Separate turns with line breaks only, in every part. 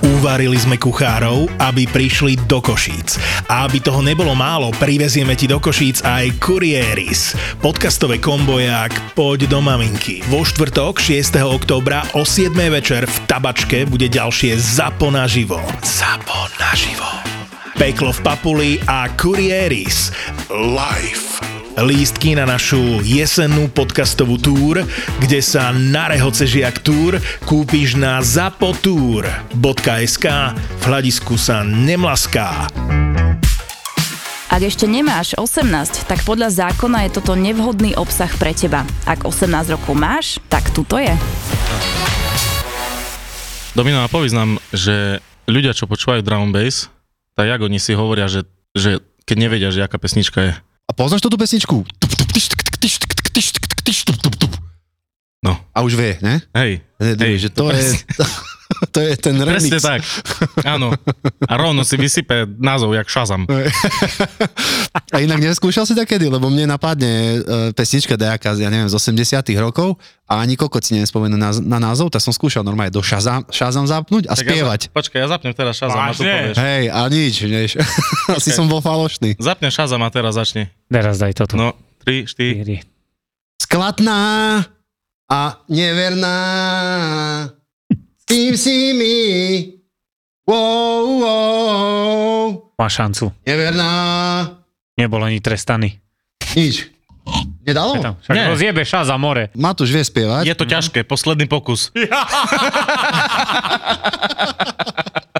uvarili sme kuchárov, aby prišli do Košíc. A aby toho nebolo málo, privezieme ti do Košíc aj Kurieris. Podcastové kombojak Poď do maminky. Vo štvrtok 6. októbra o 7. večer v Tabačke bude ďalšie Zapo naživo. Zapo naživo. Peklo v Papuli a Kurieris. Life. Lístky na našu jesennú podcastovú túr, kde sa na rehoce žiak túr kúpiš na zapotúr.sk v hľadisku sa nemlaská.
Ak ešte nemáš 18, tak podľa zákona je toto nevhodný obsah pre teba. Ak 18 rokov máš, tak tuto je.
Domino, a povedz nám, že ľudia, čo počúvajú drum and bass, tak jak oni si hovoria, že, že keď nevedia, že aká pesnička je.
A poznáš túto pesničku?
No.
A už vie, ne?
Hej,
Hej, že to je, to je ten remix.
presne tak. Áno. A rovno si vysype názov, jak šazam.
No, A inak neskúšal si takedy, lebo mne napadne uh, pesnička dejaká, ja neviem, z 80 rokov a ani kokot si nespomenú na, na názov, tak som skúšal normálne do šazam, šazam zapnúť a
Tak
spievať.
Ja, za- počkaj, ja zapnem teraz šazam a tu
Vážne?
povieš.
Hej, a nič, než. Asi som bol falošný.
Zapnem šazam a teraz začne.
Teraz daj toto.
No, 3, 4.
Štyri.
Sklatná a neverná, s tým si mi, wow, wow,
Má šancu.
neverná,
Nebol ani trestaný.
nič.
Je
Nedalo?
tam. Však
No, Nie.
ho zjebe šaza more.
Matúš vie spievať.
Je to ťažké, posledný pokus.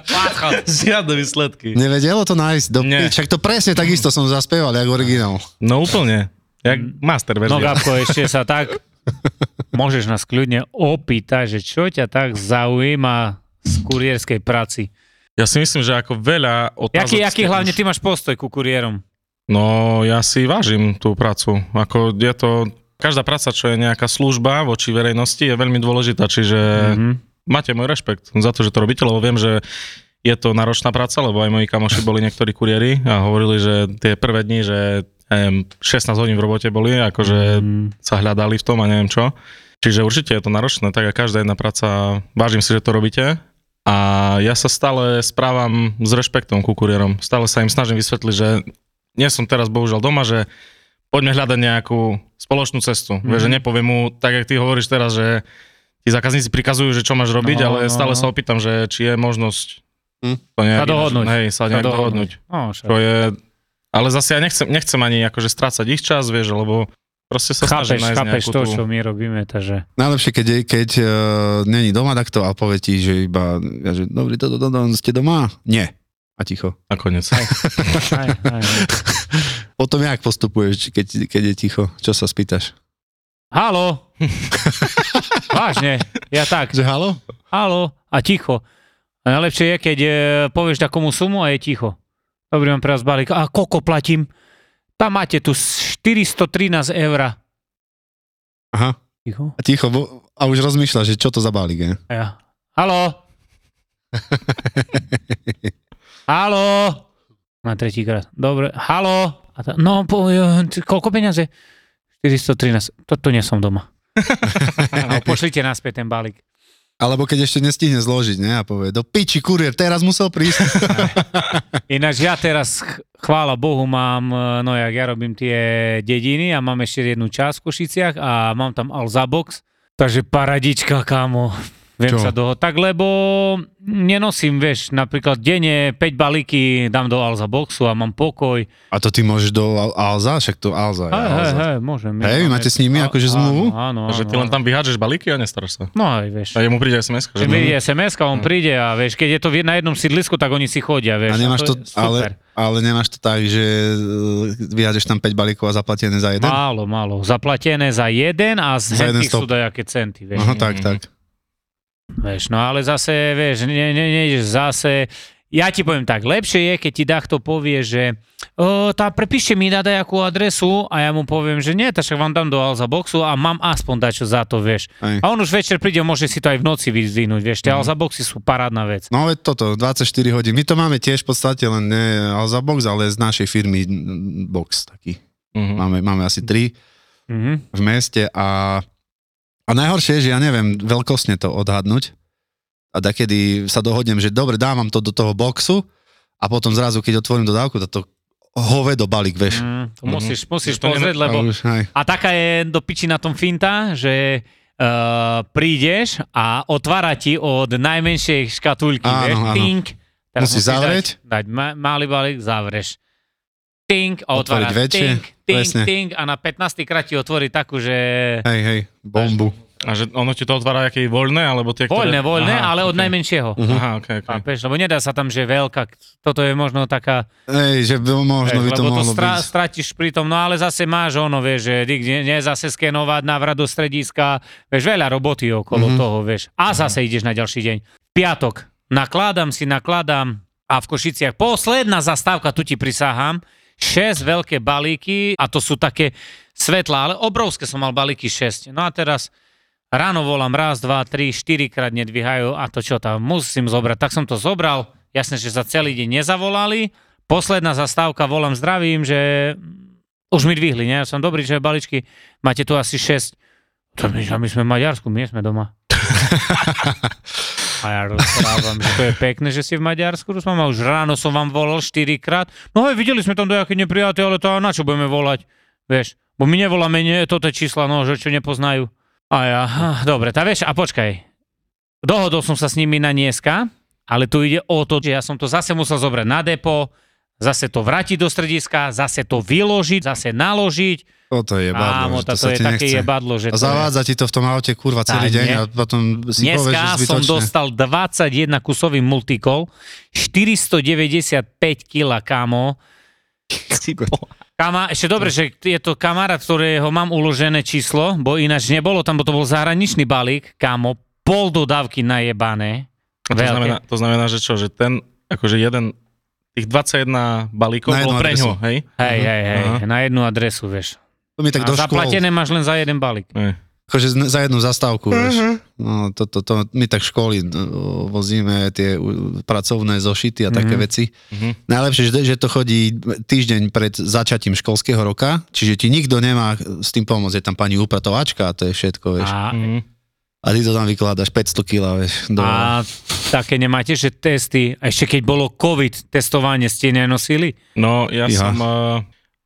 Páchal. Žiadne výsledky.
Nevedelo to nájsť do
Nie.
pič, však to presne takisto som zaspieval, jak originál.
No úplne. Jak master
No
verzia.
Gabko, ešte sa tak môžeš nás kľudne opýtať, že čo ťa tak zaujíma z kurierskej práci.
Ja si myslím, že ako veľa otázok...
Jaký, jaký
ste
hlavne
už-
ty máš postoj ku kuriérom?
No, ja si vážim tú prácu. Ako je to... Každá práca, čo je nejaká služba voči verejnosti, je veľmi dôležitá, čiže
Mhm.
máte môj rešpekt za to, že to robíte, lebo viem, že je to náročná práca, lebo aj moji kamoši boli niektorí kuriéri a hovorili, že tie prvé dni, že neviem, 16 hodín v robote boli, akože
Mhm.
sa hľadali v tom a neviem čo. Čiže určite je to náročné, tak a každá jedna práca, vážim si, že to robíte. A ja sa stále správam s rešpektom ku kuriérom. Stále sa im snažím vysvetliť, že nie som teraz bohužiaľ doma, že poďme hľadať nejakú spoločnú cestu. Mm-hmm. Vieš,
Mhm.
že nepoviem mu, tak jak ty hovoríš teraz, že tí zákazníci prikazujú, že čo máš robiť,
No,
no, ale
no,
stále
no. Mhm.
no. sa opýtam, že či je možnosť
Hm.
to nejak,
Sa dohodnúť.
Hej, sa nejak dohodnúť.
No, však.
To je, ale zase ja nechcem, nechcem ani akože strácať ich čas, vieš, lebo proste sa
chápeš,
snažím nájsť
chápeš
nejakú
to,
tú...
čo my robíme, takže...
Najlepšie, keď, je- keď uh, není doma takto a povie ti, že iba, ja, že dobrý, to, to, to, to, ste doma? Nie. A ticho.
Nakoniec.
Aj, aj.
Potom jak postupuješ, keď, keď je ticho? Čo sa spýtaš?
Halo! Vážne, ja tak.
Že halo?
Halo a ticho. A najlepšie je, keď e, povieš takomu sumu a je ticho. Dobrý mám pre vás balík. A koľko platím? Tam máte tu 413 eur.
Aha.
Ticho.
A ticho, bo, a už rozmýšľaš, že čo to za balík je.
A ja. Halo? Halo? Na tretíkrát. Dobre. Halo? A ta, no, po, e, t- koľko peniaze? 413. Toto nie som doma. no, pošlite naspäť ten balík.
Alebo keď ešte nestihne zložiť, ne? A povie, do piči, kurier, teraz musel prísť.
Ináč ja teraz, ch- chvála Bohu, mám, e, no jak ja robím tie dediny a mám ešte jednu časť v Košiciach a mám tam Alza Box, takže paradička, kámo. Viem
Čo?
sa doho. Tak lebo nenosím, vieš, napríklad denne 5 balíky dám do Alza Boxu a mám pokoj.
A to ty môžeš do Al- Alza, však to Alza je
Hej, hej,
Alza.
hej, môžem.
Hej, vy
máme-
máte s nimi
A-
akože
áno,
zmluvu?
Áno, áno.
že ty len tam vyhádžeš balíky a nestaráš sa.
No aj, vieš.
A jemu príde sms že no,
Že príde sms on príde a vieš, keď je to v- na jednom sídlisku, tak oni si chodia,
No.
vieš.
A nemáš to,
je super.
ale, ale nemáš to tak, že e, vyhádeš tam 5 balíkov a zaplatené za jeden?
Málo, málo. Zaplatené za jeden a z
Za jeden
hentých sú
stop.
dajaké centy, vieš.
Aha, tak, tak.
vieš. No ale zase, vieš, ne, ne, nejdeš zase... Ja ti poviem tak, lepšie je, keď ti dachto povie, že o, tá prepíšte mi na dajakú adresu a ja mu poviem, že nie, tak však vám dám do Alza boxu a mám aspoň dačo za to, vieš.
Aj.
A on už večer príde, môže si to aj v noci vyzdvihnúť, vieš.
Mhm.
Tie Alza boxy sú parádna vec.
No veď toto, 24 hodín. My to máme tiež v podstate len ne Alza Box, ale z našej firmy mm, Box taký.
No.
Mhm.
Máme, máme asi 3
Mhm.
v meste a, a najhoršie je, že ja neviem veľkostne to odhadnúť. a takedy sa dohodnem, že dobre, dávam to do toho boxu a potom zrazu, keď otvorím dodávku, to hovedo balík, vieš.
Mm, to
Mhm.
musíš, musíš
Že to
pozrieť, lebo...
A už, hej.
A taká je do piči na tom finta, že uh, prídeš a otvára ti od najmenšej škatulky,
Áno,
vieš,
áno.
tink.
Musíš zavrieť.
Dať, dať ma- malý balík, zavreš. Tink a
Otvoriť
otvára
väčšie,
tink, tink,
presne.
tink a na 15 krát ti otvorí takú, že
hej, hej, bombu.
A že ono ti to otvára aké voľné, alebo tie, ktoré...
voľné, voľné, ale od
okay.
najmenšieho.
Mhm.
Aha, okay, okay.
Chápeš? Lebo nedá sa tam, že veľká, toto je možno taká,
Hej, že by- možno by
Hej,
to
lebo
mohlo
to stra-
byť.
stratíš pri tom, no ale zase máš ono, vieš, že nikdy nie zase skenovať návrat do strediska, vieš, veľa roboty okolo
Mhm.
toho, vieš. A zase ideš na ďalší deň. Piatok, nakladám si, nakladám a v Košiciach posledná zastávka, tu ti prisahám, 6 veľké balíky a to sú také svetlá, ale obrovské som mal balíky 6. No a teraz Ráno volám raz, dva, tri, štyrikrát nedvíhajú a to čo tam, musím zobrať. Tak som to zobral, jasne, že za celý deň nezavolali. Posledná zastávka, volám zdravím, že už mi dvihli, ne? Ja som dobrý, že baličky, máte tu asi 6. To my, a my sme v Maďarsku, my nie sme doma. A ja rozprávam, že to je pekné, že si v Maďarsku, Rusman, a už ráno som vám volal štyrikrát. No hej, videli sme tam dojaké neprijaté, ale to a na čo budeme volať? Vieš, bo my nevoláme nie, toto čísla, no, že čo nepoznajú. A ja, ha, dobre, tá vieš, a počkaj. Dohodol som sa s nimi na dneska, ale tu ide o to, že ja som to zase musel zobrať na depo, zase to vrátiť do strediska, zase to vyložiť, zase naložiť.
Toto je
Ámo,
jebadlo, že
to,
to sa
je
ti
také
nechce.
jebadlo, že
A
to je.
zavádza ti to v tom aute kurva celý
Tá,
deň
nie.
a potom si povieš, že
Dneska som
zbytočne.
dostal 21 kusový multikol, 495 kg, kámo. Kama, ešte dobre, že je to kamarát, ktorého mám uložené číslo, bo ináč nebolo tam, bo to bol zahraničný balík, kámo, pol dodávky najebané.
A to,
Veľké.
znamená, to znamená, že čo, že ten, akože jeden, tých 21 balíkov
Na jednu
bolo pre
adresu.
ňo, hej?
Hej, hej, hej,
Aha.
na jednu adresu, vieš.
To mi tak
a
do škôl,
zaplatené máš len za jeden balík.
Hej.
akože z- za jednu zastávku, vieš. No, to, to, to, my tak v školy no, vozíme tie u, pracovné zošity a také
Mhm.
veci.
Mhm.
Najlepšie, že, že to chodí týždeň pred začatím školského roka, čiže ti nikto nemá s tým pomôcť, je tam pani upratovačka a to je všetko, vieš. A,
A,
Mhm.
ty to tam vykladáš 500 kg, vieš. Do...
a také nemáte, že testy, a ešte keď bolo COVID, testovanie ste nenosili?
No, ja
Iha.
som eh,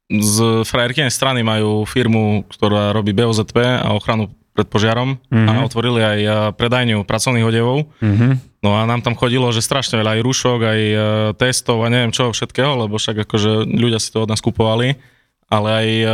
z frajerkynej strany majú firmu, ktorá robí BOZP a ochranu pred požiarom
Mhm.
a otvorili aj eh, predajňu pracovných odevov.
Mhm.
No a nám tam chodilo, že strašne veľa aj rušok, aj eh, testov a neviem čo všetkého, lebo však akože ľudia si to od nás kupovali, ale aj e,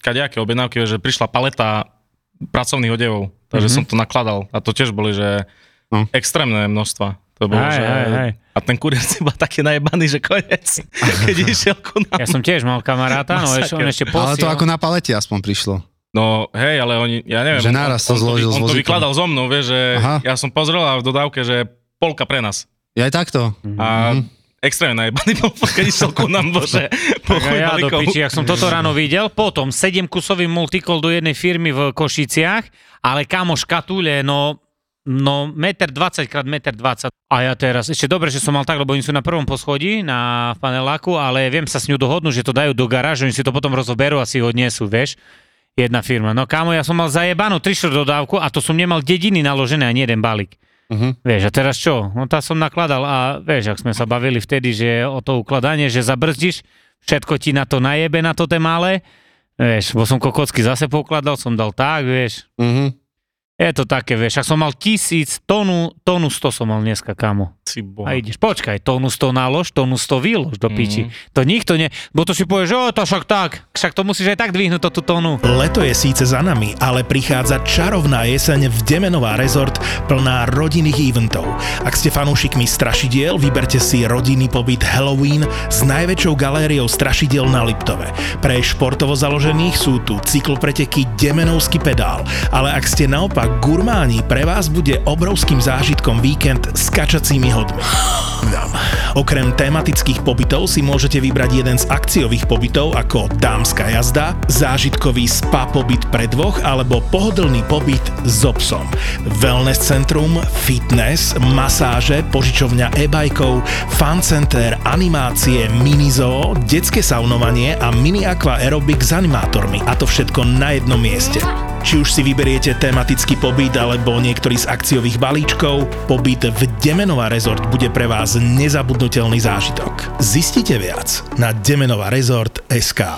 kadejaké objednávky, že prišla paleta pracovných odevov, takže
Mhm.
som to nakladal a to tiež boli, že
No.
extrémne množstva. To bolo,
Aj,
že...
aj, aj.
A ten kurier si bol taký najebaný, že koniec, keď išiel ku nám.
Ja som tiež mal kamaráta, no ešte, on ešte
Ale to
posiel.
ako na palete aspoň prišlo.
No hej, ale oni, ja neviem.
Že
on-
naraz to
on
zložil
On
s
to
vozíkom.
vykladal zo mnou, vieš, že
Aha.
ja som pozrel a v dodávke, že polka pre nás.
Ja aj takto.
A
Mhm.
extrémne najebaný bol, keď išiel ku nám, bože. Po
Tak a
chuj
ja do
balíkov.
piči, ak som toto ráno videl, potom 7 kusový multikol do jednej firmy v Košiciach, ale kamo škatule, no No, 1,20 krát 1,20 A ja teraz, ešte dobre, že som mal tak, lebo oni sú na prvom poschodí, na v paneláku, ale viem sa s ňou dohodnúť, že to dajú do garáže, oni si to potom rozoberú a si ho odnesú, vieš. Jedna firma. No kámo, ja som mal zajebanú 3 dodávku a to som nemal dediny naložené ani jeden balík.
Mhm.
Vieš, a teraz čo? No tá som nakladal a vieš, ak sme sa bavili vtedy, že o to ukladanie, že zabrzdíš, všetko ti na to najebe, na to té malé. Vieš, bo som kokocky zase pokladal, som dal tak, vieš.
Mhm.
Je to také, vieš, ak som mal tisíc, tonu, tonu 100 som mal dneska, kamo.
Si boha.
A ideš, počkaj, tonu 100 nalož, tonu 100 vylož do piči. To nikto ne, bo to si povieš, že o, to však tak, však to musíš aj tak dvihnúť, to tú tonu.
Leto je síce za nami, ale prichádza čarovná jeseň v Demenová rezort plná rodinných eventov. Ak ste fanúšikmi strašidiel, vyberte si rodinný pobyt Halloween s najväčšou galériou strašidiel na Liptove. Pre športovo založených sú tu cyklopreteky Demenovský pedál, ale ak ste naopak gurmáni, pre vás bude obrovským zážitkom víkend s kačacími hodmi. Nám. Okrem tematických pobytov si môžete vybrať jeden z akciových pobytov ako dámska jazda, zážitkový spa pobyt pre dvoch alebo pohodlný pobyt so psom. Wellness centrum, fitness, masáže, požičovňa e-bajkov, fan center, animácie, minizoo, detské saunovanie a mini aqua aerobik s animátormi. A to všetko na jednom mieste. Či už si vyberiete tematický pobyt alebo niektorý z akciových balíčkov, pobyt v Demenová rezort bude pre vás nezabudnutelný zážitok. Zistite viac na Demenová rezort SK.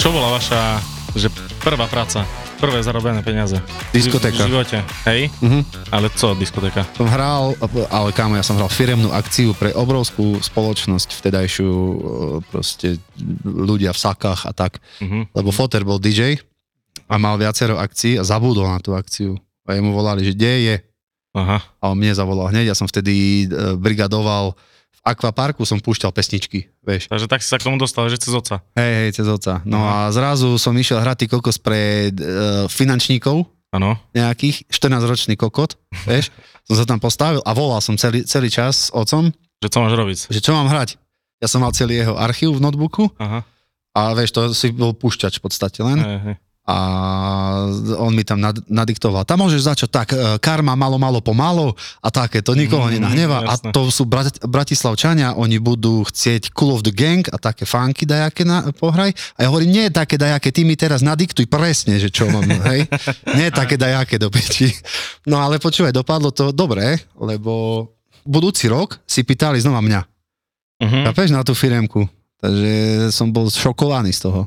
Čo bola vaša že prvá práca? Prvé zarobené peniaze?
Diskotéka.
V živote, hej?
Mhm.
Ale co diskotéka?
Som hral, ale kámo, ja som hral firemnú akciu pre obrovskú spoločnosť vtedajšiu, e, proste ľudia v sakách a tak.
Mhm.
Lebo Foter bol DJ a mal viacero akcií a zabudol na tú akciu. A jemu volali, že kde je?
Aha.
A on mne zavolal hneď, ja som vtedy e, brigadoval v akvaparku som púšťal pesničky, vieš.
Takže tak si sa k tomu dostal, že cez oca.
Hej, hej, cez oca. No a zrazu som išiel hrať ty kokos pre e, finančníkov
Áno.
nejakých, 14-ročný kokot, vieš. som sa tam postavil a volal som celý, celý čas s ocom,
Že co máš robiť?
že čo mám hrať. Ja som mal celý jeho archív v notebooku
Aha.
a vieš, to si bol púšťač v podstate len.
Hej, hej.
A on mi tam nad, nadiktoval. Tam môžeš začať tak, e, karma malo, malo, pomalo a také, to
Mhm,
nikoho mm, nenahneva. A
jasné.
to sú brat, bratislavčania, oni budú chcieť Cool of the Gang a také funky dajaké na, pohraj. A ja hovorím, nie také dajaké, ty mi teraz nadiktuj presne, že čo mám, hej. Nie také dajaké do peči. No ale počúvaj, dopadlo to dobre, lebo budúci rok si pýtali znova mňa.
Mhm.
Chápeš na tú firemku? Takže som bol šokovaný z toho.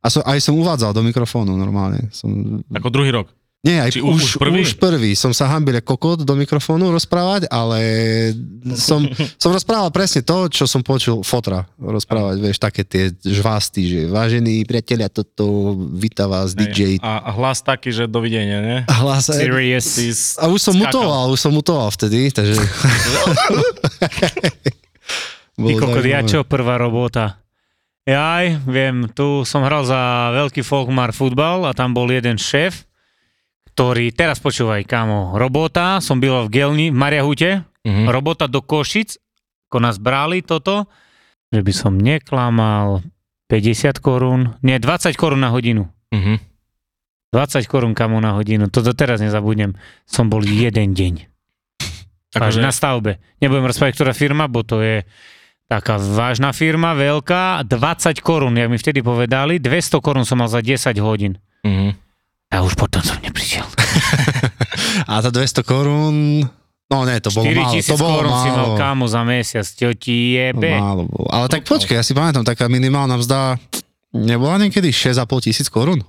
A som, aj som uvádzal do mikrofónu normálne. Som,
Ako druhý rok.
nie,
či
aj
u-
už, už, prvý? už prvý. Som sa hambil ako kokot do mikrofónu rozprávať, ale som, som rozprával presne to, čo som počul fotra rozprávať. Vieš, také tie žvásty, že vážení priatelia, toto víta vás DJ.
Hej. A, a hlas taký, že dovidenia, ne?
Hlas,
Serious.
Si s-
a už som
skakal.
mutoval, už som mutoval vtedy, takže...
Ty
Bolo
kokot, ja
zaujímavé.
čo prvá robota? Jaj, viem, tu som hral za veľký folkmar futbal a tam bol jeden šéf, ktorý, teraz počúvaj, kamo, robota, som byl v Gelni, v Mariahute,
Hm.
Mhm.
robota do Košic, ako nás brali toto, že by som neklamal 50 korún, nie, 20 korún na hodinu.
Mhm.
20 korún kamo na hodinu, toto teraz nezabudnem. Som bol jeden deň. Až
Akože,
na stavbe. Nebudem rozprávať, ktorá firma, bo to je taká vážna firma, veľká, 20 korún, jak mi vtedy povedali, 200 korún som mal za 10 hodín.
mhm.
A už potom som neprišiel.
A za 200 korún... No ne, to bolo
4
málo. To
tisíc
bolo
korún si
málo.
mal kámo za mesiac, čo ti
To
jebe.
málo bolo. Ale tak počkaj, ja si pamätám, taká minimálna mzda nebola niekedy 6,5 tisíc korún?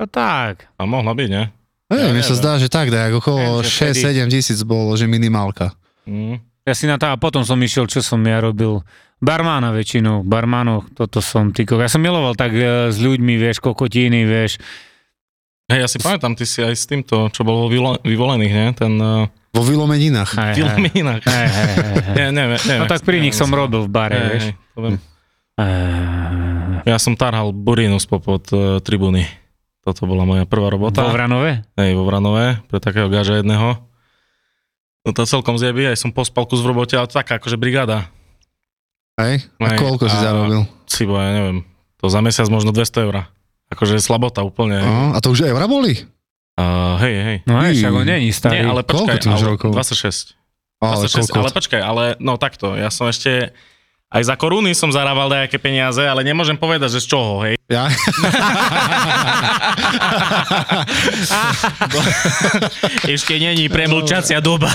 No tak,
A mohla byť, ne? Ja
Neviem, mne sa
neviem.
zdá, že tak, tak okolo
Neviem, že vtedy-
6-7 tisíc bolo, že minimálka.
Mhm.
ja si na tá, a potom som išiel, čo som ja robil. Barmána väčšinou, barmánov, toto som, ty, ko- ja som miloval tak e, s ľuďmi, vieš, kokotiny, vieš.
Hej, ja si pamätám, ty si aj s týmto, čo bolo vo vylo- vyvolených, ne? Ten uh,
Vo vylomeninách.
Hej, hej.
Filmínach.
Hej, hej, hej, hej.
Ne, ne, ne, ne,
No tak pri nich som robil v bare,
Hej,
vieš.
hej, to viem.
Eh,
Ja som tarhal burinu spopod uh, tribúny. Toto bola moja prvá robota.
Vo Vranove?
Hej, vo Vranové, pre takého gaža jedného. No to celkom zjebí, aj som pospal kus v robote, ale taká akože brigáda.
Hej? A
Hej,
koľko si
a-
zarobil?
Cibo, ja neviem, to za mesiac možno 200 eur. Akože slabota úplne.
No, A to už eura boli?
Uh, hej, hej.
No aj, však on
Mm.
není
Nie,
starý.
ale
Koľko
počkaj,
ty máš
ale
rokov?
26.
Ale
26, ale
koľko?
počkaj, ale no takto, ja som ešte aj za koruny som zarával nejaké peniaze, ale nemôžem povedať, že z čoho, hej.
Ja?
Ešte není premlčacia doba.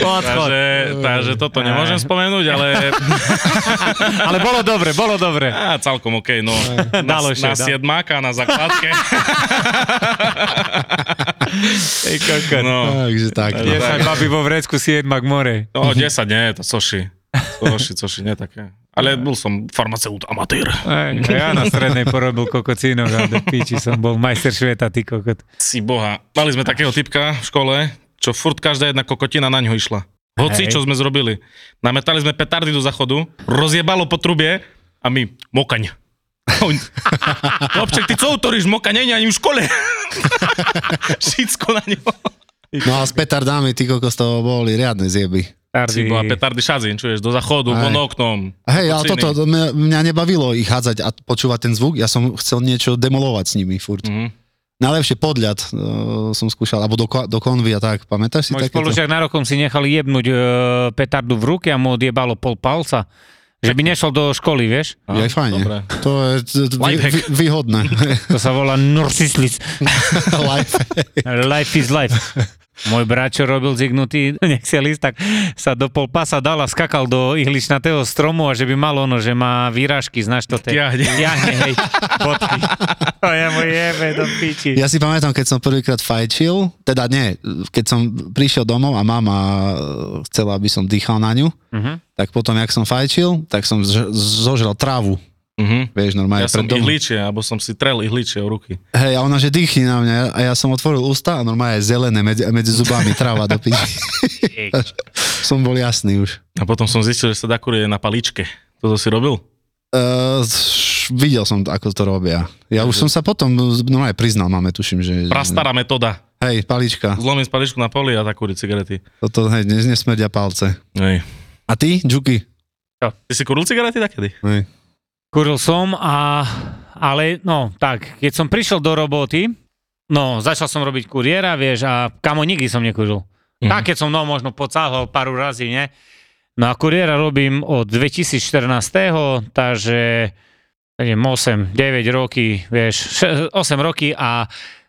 Odchod.
takže, takže toto nemôžem spomenúť, ale
Ale bolo dobre, bolo dobre.
á, celkom OK, no.
Dalo
Na,
še,
na
dá.
siedmáka, na základke.
Ej, kokot.
No,
Takže tak. no.
Je sa
tak.
babi vo vrecku siedmak more.
no 10 nie, to soši. Soši, soši, nie také. Ale bol som farmaceut amatér.
Aj, a no ja na strednej porobil kokocínov, ale do piči som bol majster šveta, ty kokot.
Si boha. Mali sme takého typka v škole, čo furt každá jedna kokotina na ňo išla. Hoci,
Hej.
čo sme zrobili. Nametali sme petardy do zachodu, rozjebalo po trubie a my, mokaň. A on, Chlapček, ty co utoríš, mokaň, nie, je ani v škole. Všetko na ňo.
No a s petardami, ty kokos, to boli riadne zjeby.
Si bola petardy šadzin, čuješ, do zachodu,
Aj.
von oknom.
Hej, ale
Počiny.
toto, to mňa, mňa nebavilo ich hádzať a počúvať ten zvuk, ja som chcel niečo demolovať s nimi furt.
Mhm.
Najlepšie podľad uh, som skúšal, alebo do, ko- do konvy a tak, pamätáš si
Môj
takéto?
spolužiak narokom si nechal jebnúť e, petardu v ruke a mu odjebalo pol palca. Že by nešiel do školy, vieš?
Je aj fajne.
Dobre.
To je t- t- vy,
Lifehack.
vy, výhodné.
To sa volá narcislis.
Lifehack.
Life is life. Môj brat, čo robil zignutý, nechcel ísť, tak sa do pol pasa dal a skakal do ihličnatého stromu a že by mal ono, že má výražky, znáš to? tie-
Tiahne.
Tiahne, hej, fotky. To ja mu jebe do piči.
Ja si pamätám, keď som prvýkrát fajčil, teda nie, keď som prišiel domov a mama eh, chcela, aby som dýchal na ňu,
Mhm.
tak potom, jak som fajčil, tak som zž- zožral trávu,
Mhm.
vieš, normálne
Ja som
pred domom.
ihličie, alebo som si trel ihličie v ruky.
Hej, a ona, že dýchni na mňa a ja som otvoril ústa a normálne je zelené medzi, medzi zubami tráva do piči. som bol jasný už.
A potom som zistil, že sa dá kurie na paličke. Toto si robil?
Uh, videl som, to, ako to robia. Ja už som sa potom, normálne priznal, máme, tuším, že...
Prastará metóda.
Hej, palička.
Zlomím paličku na poli a tak kúri cigarety.
Toto, hej, dnes nesmerdia palce.
Hej.
A ty, Džuky?
Ty si kuril cigarety takedy?
Hej.
Kuril som a... Ale no, tak, keď som prišiel do roboty, no, začal som robiť kuriéra, vieš, a kamo nikdy som nekuril.
Mhm.
Mm. Tak, keď som, no, možno pocáhol pár razy, ne? No a kuriéra robím od 2014, takže neviem, 8, 9 roky, vieš, še- 8 roky a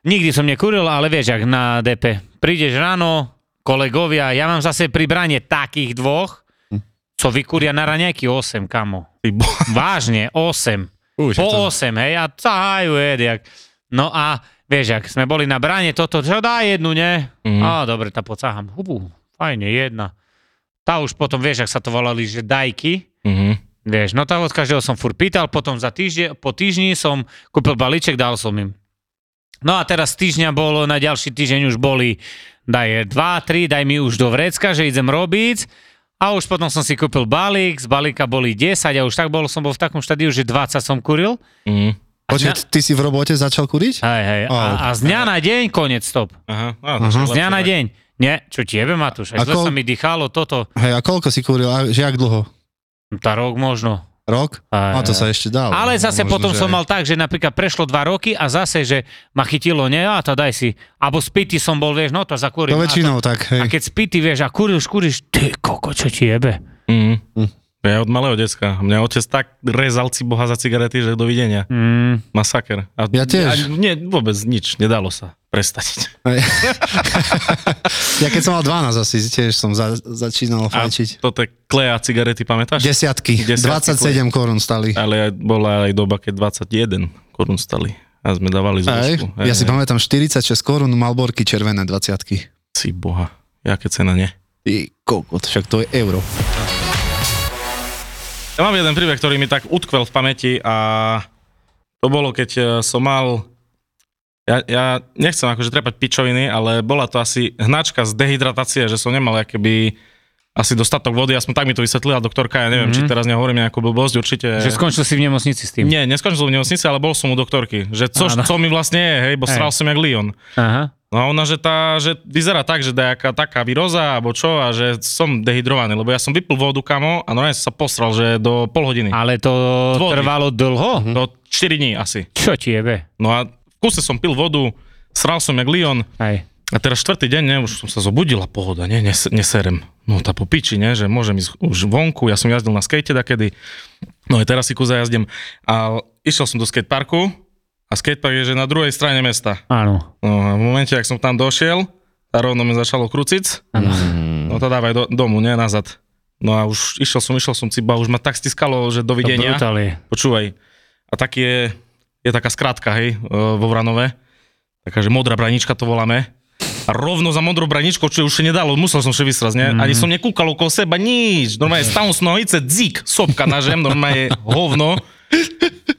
nikdy som nekuril, ale vieš, jak na DP. Prídeš ráno, kolegovia, ja mám zase pri brane takých dvoch, co vykuria na raňajky 8, kamo.
Ty bo-
Vážne, 8.
Už,
po
to-
8, hej, a cahajú jak. No a vieš, ak sme boli na bráne toto, že dá jednu, ne?
Mhm.
Mm. A dobre, tá pocahám. Hubu, fajne, jedna. Tá už potom, vieš, ak sa to volali, že dajky,
Mhm.
vieš, no tá od každého som fur pýtal, potom za týždeň, po týždni som kúpil balíček, dal som im. No a teraz z týždňa bolo, na ďalší týždeň už boli, daj 2, 3, daj mi už do vrecka, že idem robiť. A už potom som si kúpil balík, z balíka boli 10 a už tak bol, som bol v takom štádiu, že 20 som kuril.
Mhm.
Počkej, ty si v robote začal kuriť?
Hej, hej.
Ale-
A, a z dňa na deň koniec, stop.
Aha. Á, to
Aha.
je
Z dňa
lepšie,
na
tak.
deň. Nie, čo ti jebe, Matúš,
A
aj
kol-
zle sa mi dýchalo toto.
Hej, a koľko si kuril? A, že jak dlho?
Tá rok možno.
Rok? A
Aj,
to
aj.
sa ešte dalo.
Ale
No,
zase
možno,
potom
že
som
aj.
mal tak, že napríklad prešlo dva roky a zase, že ma chytilo, nie, a to daj si. Abo spity som bol, vieš, no to zakúrim.
To
a
väčšinou tak,
A
hej.
keď spity, vieš, a kúriš, kúriš, ty koko, čo ti jebe?
Mhm.
Mhm.
Ja od malého decka. Mňa otec tak rezal ciboha za cigarety, že dovidenia.
Mm.
Masaker. A,
Ja tiež.
A, nie, vôbec nič. Nedalo sa prestať.
Hej. ja keď som mal 12 asi, tiež som za,
A
začínal fajčiť.
toto je klea cigarety, pamätáš?
Desiatky,
Desiatky
27 korún stali.
Ale aj- bola aj doba, keď 21 korún stali. A sme dávali
Hej,
zúšku.
ja si pamätám 46 korún malborky červené 20
Si boha. Jaké cena nie?
Ty kokot, však to je euro.
Ja mám jeden príbeh, ktorý mi tak utkvel v pamäti a to bolo, keď e, som mal... Ja, ja nechcem akože trepať pičoviny, ale bola to asi hnačka z dehydratácie, že som nemal keby asi dostatok vody, aspoň tak mi to vysvetlila doktorka, ja neviem, mm-hmm. či teraz nehovorím nejakú blbosť, určite...
Mhm. Že skončil si v nemocnici s tým.
Nie, neskončil som v nemocnici, ale bol som u doktorky, že co,
Áno.
co mi vlastne je, hej, bo
Hej.
sral som jak Leon.
Aha.
No a ona, že, tá, že vyzerá tak, že nejaká taká výroza, alebo čo, a že som dehydrovaný, lebo ja som vypil vodu, kamo, a normálne som sa posral, že do pol hodiny.
Ale to
Dvody.
trvalo dlho?
Mhm.
Do 4 No, dní asi.
Čo ti jebe?
No a v kuse som pil vodu, sral som jak Leon
Aj.
a teraz štvrtý deň, ne, už som sa zobudila pohoda, ne, nes, neserem. No tá po piči, ne, že môžem ísť už vonku, ja som jazdil na skate teda kedy. No aj teraz si kuza jazdím. A išiel som do skateparku a skatepark je, že na druhej strane mesta.
Áno.
No a v momente, ak som tam došiel, a rovno mi začalo krucic,
Áno.
Mhm.
no to dávaj do, domu, ne, nazad. No a už išiel som, išiel som ciba, už ma tak stiskalo, že
To
dovidenia.
brutál je.
Počúvaj, a tak je, je taká skrátka, hej, e, vo Vranove. Taká, že modrá branička to voláme. A rovno za modrou braničkou, čo už sa nedalo, musel som še vysraz, ne? Ani som nekúkal okolo seba, nič. Normálne stavol som nohice, dzik, sopka nažem, normálne hovno.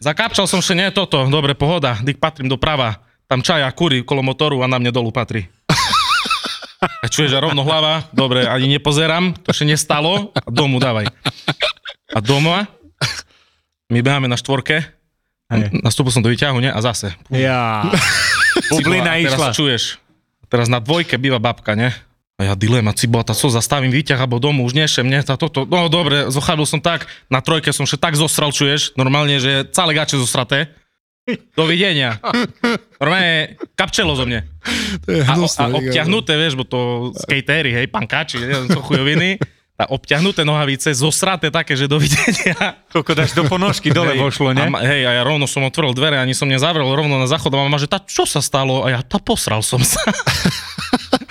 Zakapčal som še, nie toto, dobre, pohoda, dyk patrím doprava. Tam čaja, kúri kolo motoru a na mne dolu patrí. A čuješ, a rovno hlava, dobre, ani nepozerám, to ešte nestalo, a domu dávaj. A doma, my beháme na štvorke,
Hej.
nastúpil som do výťahu, ne? A zase.
Ja. Bublina
Cykla, a
išla.
Teraz čuješ. Teraz na dvojke býva babka, ne? A A ja dilema, cibota, co, zastavím výťah, alebo domu, už nešem, ne, tá toto, no dobre, zochadol som tak, na trojke som še tak zosral, čuješ, normálne, že celé gače zosraté. Dovidenia. Normálne kapčelo zo mne.
To je
A,
hnusné,
a
Liga.
obťahnuté, vieš, bo to skatery, hej, pankáči, neviem, to chujoviny. A obťahnuté nohavice, zosraté také, že dovidenia.
Koľko dáš do ponožky,
Hej,
dole vošlo,
A
ne?
ma, hej, a ja rovno som otvoril dvere, ani som nezavrel, rovno na záchod a mama, že tá, čo sa stalo? A ja, tá posral som sa.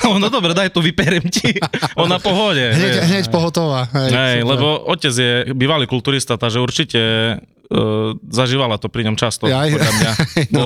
A on, no dobre, daj to, vyperem ti. On na pohode. vieš.
Hneď, hneď pohotová. Hej,
Hej,
super.
lebo otec je bývalý kulturista, takže určite uh, zažívala to pri ňom často.
Jaj.
podľa mňa.
No.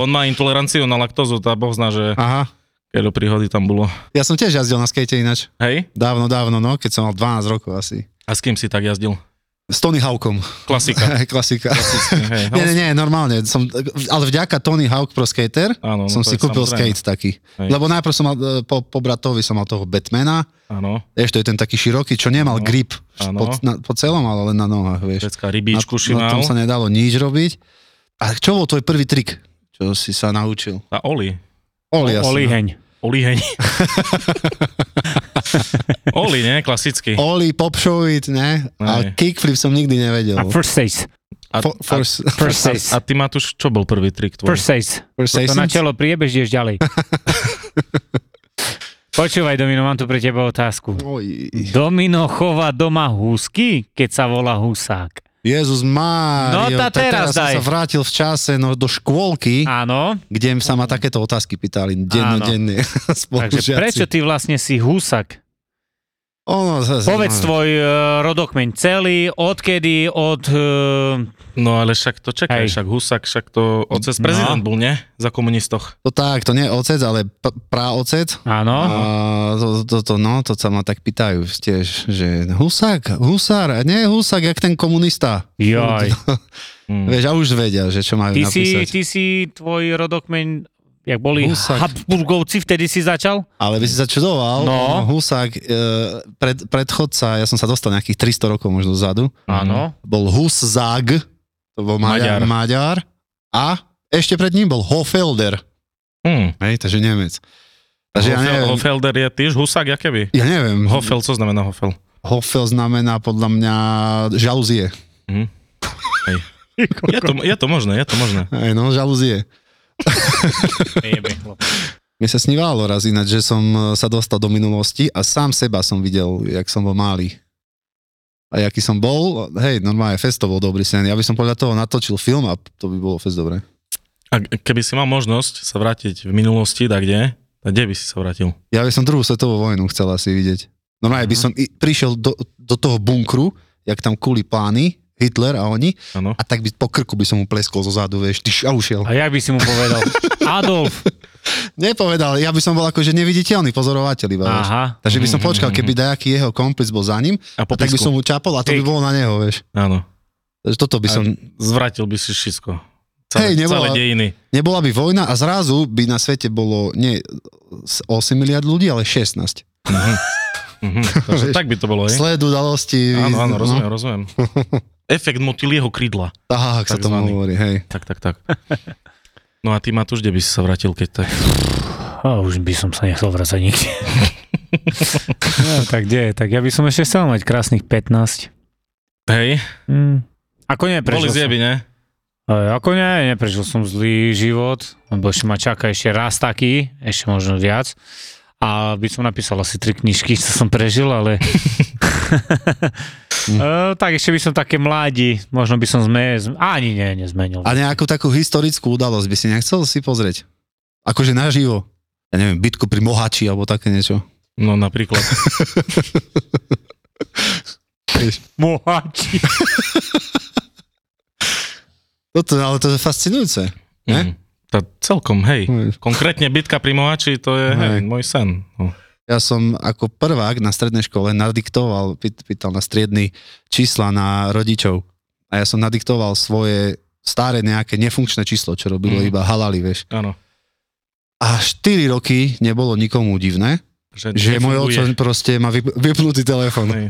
No. On má intoleranciu na laktózu, tá boh zná, že
Aha.
keľo príhody tam bolo.
Ja som tiež jazdil na skate ináč.
Hej?
Dávno, dávno, no, keď som mal 12 rokov asi.
A s kým si tak jazdil?
S Tony Hawkom.
Klasika.
Klasika.
Hej, no,
Nie, nie, nie, normálne. Som, ale vďaka Tony Hawk Pro Skater
Áno, no
som
to
si
je
kúpil
samozrejme.
skate taký.
Hej.
Lebo najprv som mal, e, po, po bratovi som mal toho Batmana,
Áno,
vieš, to je ten taký široký, čo
Áno.
nemal grip
No. Áno.
po, na, po celom, ale len na nohách, vieš.
vecká rybíčku,
na, na
šinál.
tom sa nedalo nič robiť. A čo bol tvoj prvý trik, čo si sa naučil?
Tá Oli.
Oli, asi.
Oliheň.
Oliheň. Oli, nie? Klasicky.
Oli, pop show it, ne? A
Hej.
kickflip som nikdy nevedel.
A first days.
A,
For,
a,
no. first,
First
a,
days.
a ty, Matúš, čo bol prvý trik tvoj?
First days.
first
To na
seasons?
čelo priebež, ideš ďalej. Počúvaj, Domino, mám tu pre teba otázku.
Oj,
Domino chová doma husky, keď sa volá husák.
Jezus Mário,
No tá
tak
teraz
som
daj.
sa vrátil v čase no, do škôlky,
Áno,
kde sa ma takéto otázky pýtali dennodenne
takže
spolužiaci.
prečo ty vlastne si husak?
Ono, zase- no,
Povedz tvoj uh, rodokmeň celý, odkedy, od... Uh,
No ale však to čakaj,
Hej.
však Husak, však to otec
No.
prezident bol, nie? Za komunistoch.
To tak, to nie je ocec, ale p- praocec.
áno,
A to, to, to, no, to sa ma tak pýtajú tiež, že husák, husár, a nie husák, jak ten komunista.
joj.
Mm.
Vieš, a už vedia, že čo majú
Ty si,
napísať.
ty si tvoj rodokmeň, jak boli
Husák.
Habsburgovci, vtedy si začal?
Ale by si sa čudoval, no.
No.
husák, e, pred, predchodca, ja som sa dostal nejakých 300 rokov možno zadu,
Áno.
bol Huszag, to bol Maďar,
Maďar.
Maďar a ešte pred ním bol Hofelder,
Mm.
hej, takže Nemec. Takže ja
Hofel,
neviem,
Hofelder je tiež Husak, ja keby.
ja neviem,
Hofel, co znamená Hofel?
Hofel znamená podľa mňa žalúzie.
Je to, je to možné, je to možné.
Aj no, žalúzie. Mne sa snívalo raz ináč, že som e, sa dostal do minulosti a sám seba som videl, jak som bol malý. A jaký som bol, hej, normálne fest to bol dobrý sen. Ja by som podľa toho natočil film a to by bolo fest dobré.
A keby si mal možnosť sa vrátiť v minulosti, tak kde? Tak kde by si sa vrátil?
Ja by som druhú svetovú vojnu chcel asi vidieť. Normálne by som i, prišiel do, do toho bunkru, jak tam kuli plány, Hitler a oni,
Áno.
a tak by po krku by som mu pleskol zo zádu, vieš, tyš, a ušiel.
A jak by si mu povedal? Adolf.
Nepovedal, ja by som bol akože neviditeľný pozorovateľ iba, vieš.
Aha.
Takže by som počkal, keby dajaký jeho komplic bol za ním,
Mhm, A
a
po
tak by
písku.
som mu čapol a to by
Ej.
bolo na neho, vieš.
Áno.
Takže toto by som...
Zvratil by si všetko. Celé,
Hej,
celé
nebola-
dejiny.
Nebola by vojna a zrazu by na svete bolo nie s- 8 miliard ľudí, ale 16.
Mhm. Takže
Vieš.
tak by to bolo, hej?
Sled udalosti.
Áno, áno,
no.
rozumiem, rozumiem. Efekt motýlieho krídla.
Tak, sa tomu
Takzvaný.
hovorí, hej.
Tak, tak, tak. No a ty, Matúš, kde by si sa vrátil, keď tak?
A už by som sa nechcel vrácať nikde. no, tak kde? Tak ja by som ešte chcel mať krásnych 15.
Hej,
Mm. Ako nie,
boli
prežil som.
zjeby, ne?
E, Ako nie, neprežil som zlý život, lebo ešte ma čaká ešte raz taký, ešte možno viac. A by som napísal asi tri knižky, čo som prežil, ale... e, tak ešte by som také mladí, možno by som zme... zm- Ani nie, nezmenil.
A nejakú takú historickú udalosť by si nechcel si pozrieť? Akože naživo. Ja neviem, bitku pri Mohači alebo také niečo.
No napríklad.
Mohači.
Toto, ale to je fascinujúce. Ne?
Mm. Tá celkom, hej.
Hej.
Konkrétne bitka pri Mohači, to je hej,
Hej.
môj sen. No.
Ja som ako prvák na strednej škole nadiktoval, pý- pýtal na striedny čísla na rodičov. A ja som nadiktoval svoje staré nejaké nefunkčné číslo, čo robilo
Mhm.
Mm.
iba halali, vieš.
Áno.
A 4 roky nebolo nikomu divné, že môj
nefunguje.
otec proste má vyp- vypnutý telefón.
Hej.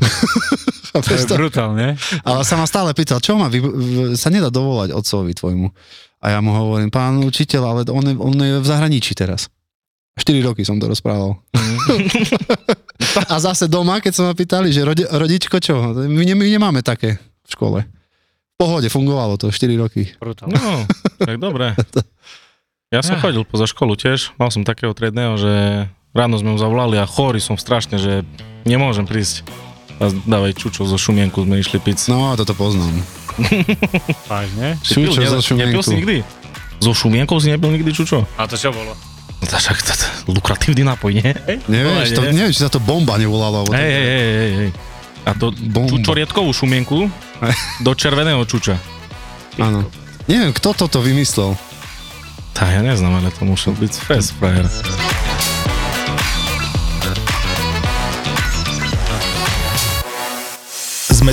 To je brutálne.
Ale sa ma stále pýtal, čo ma vyp- v- sa nedá dovolať otcovi tvojmu. A ja mu hovorím, pán učiteľ, ale on je, on je v zahraničí teraz. 4 roky som to rozprával. A zase doma, keď sa ma pýtali, že rodi, rodičko čo, my, ne, my nemáme také v škole. V pohode, fungovalo to 4 roky.
Brutál.
No, tak dobre. Ja som
Ah.
chodil poza školu tiež, mal som takého triedného, že ráno sme mu zavolali a chorý som strašne, že nemôžem prísť. A dávaj čučo zo šumienku, sme išli piť.
No, toto poznám.
Fakt, ne?
Ty pil,
Čučo
ne-
zo
Nepil si
šumienku.
nikdy? So šumienkou si nepil nikdy čučo?
A to čo bolo?
No to však to, to, lukratívny nápoj, nie?
Nevieš, to,
nie.
neviem, či sa to bomba nevolalo. Alebo
Hej, hej, hej, hej, hej. A to
Bomba.
čučorietkovú šumienku do červeného čuča.
Áno. Neviem, kto toto vymyslel.
Tá ja neznám, ale to musel byť fest, frajer.
Sme